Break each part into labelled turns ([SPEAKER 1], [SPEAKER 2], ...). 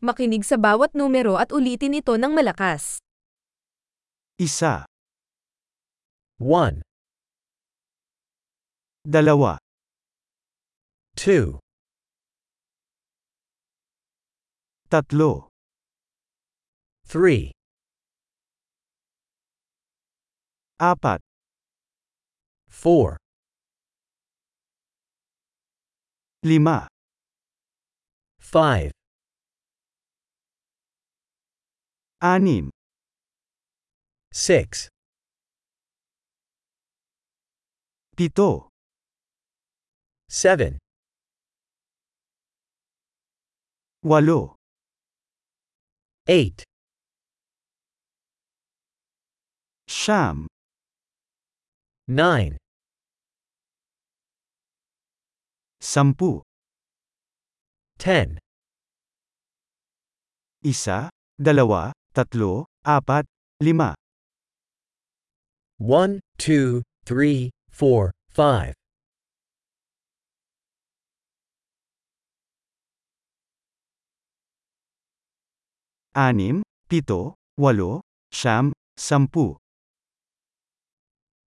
[SPEAKER 1] Makinig sa bawat numero at ulitin ito ng malakas.
[SPEAKER 2] Isa. One. Dalawa. Two. Tatlo. Three. Apat. Four. Lima. Five. Anim. Six. Pito. Seven. Walo. Eight. Sham. Nine. Sampu. Ten. Isa, dalawa, tatlo, apat, lima. 1, 2, 3, 4, 5. Anim, pito, walo, siyam, sampu.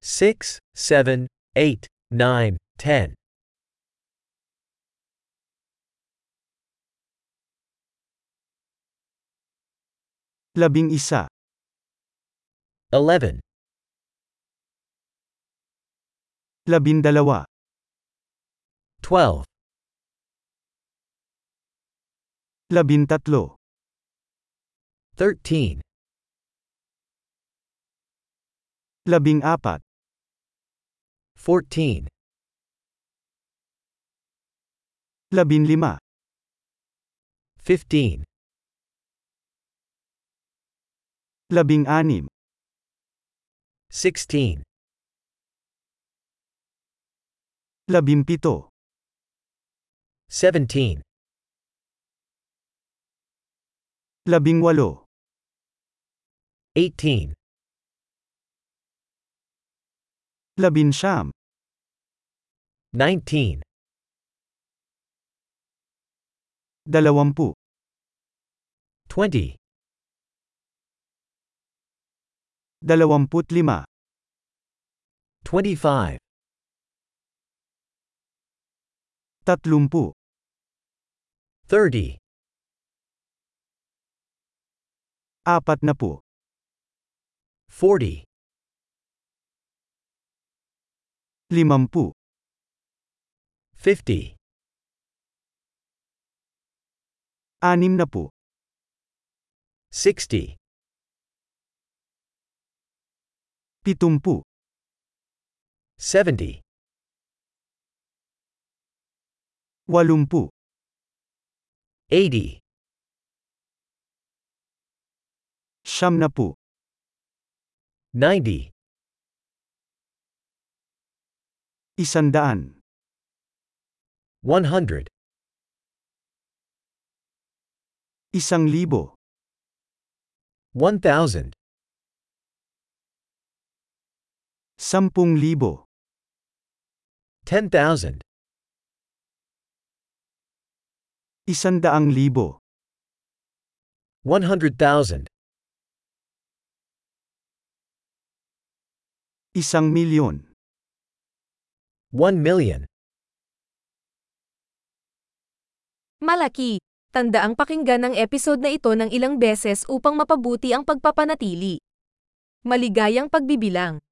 [SPEAKER 2] 6, 7, 8, 9, 10. Labing isa. 11. Labindalawa. Twelve. Labintatlo. Thirteen. Labing apat. Fourteen. Labinlima. Fifteen. Labing anim. Sixteen. Labimpito. Seventeen. Labing walo. Eighteen. Labinsyam. Nineteen. Dalawampu. Twenty. Dalawamput lima. Twenty-five. Tatlumpu. Thirty. Apat na po. Forty. Limampu. Fifty. Anim na po. Sixty. Pitumpu. Seventy. Walumpu. 80. Siyam na po. 90. Isandaan. 100. Isang libo. 1,000. Sampung libo. 10,000. Isandaang libo. 100,000. Isang milyon. 1 million.
[SPEAKER 1] Malaki! Tandaang pakinggan ang episode na ito ng ilang beses upang mapabuti ang pagpapanatili. Maligayang pagbibilang!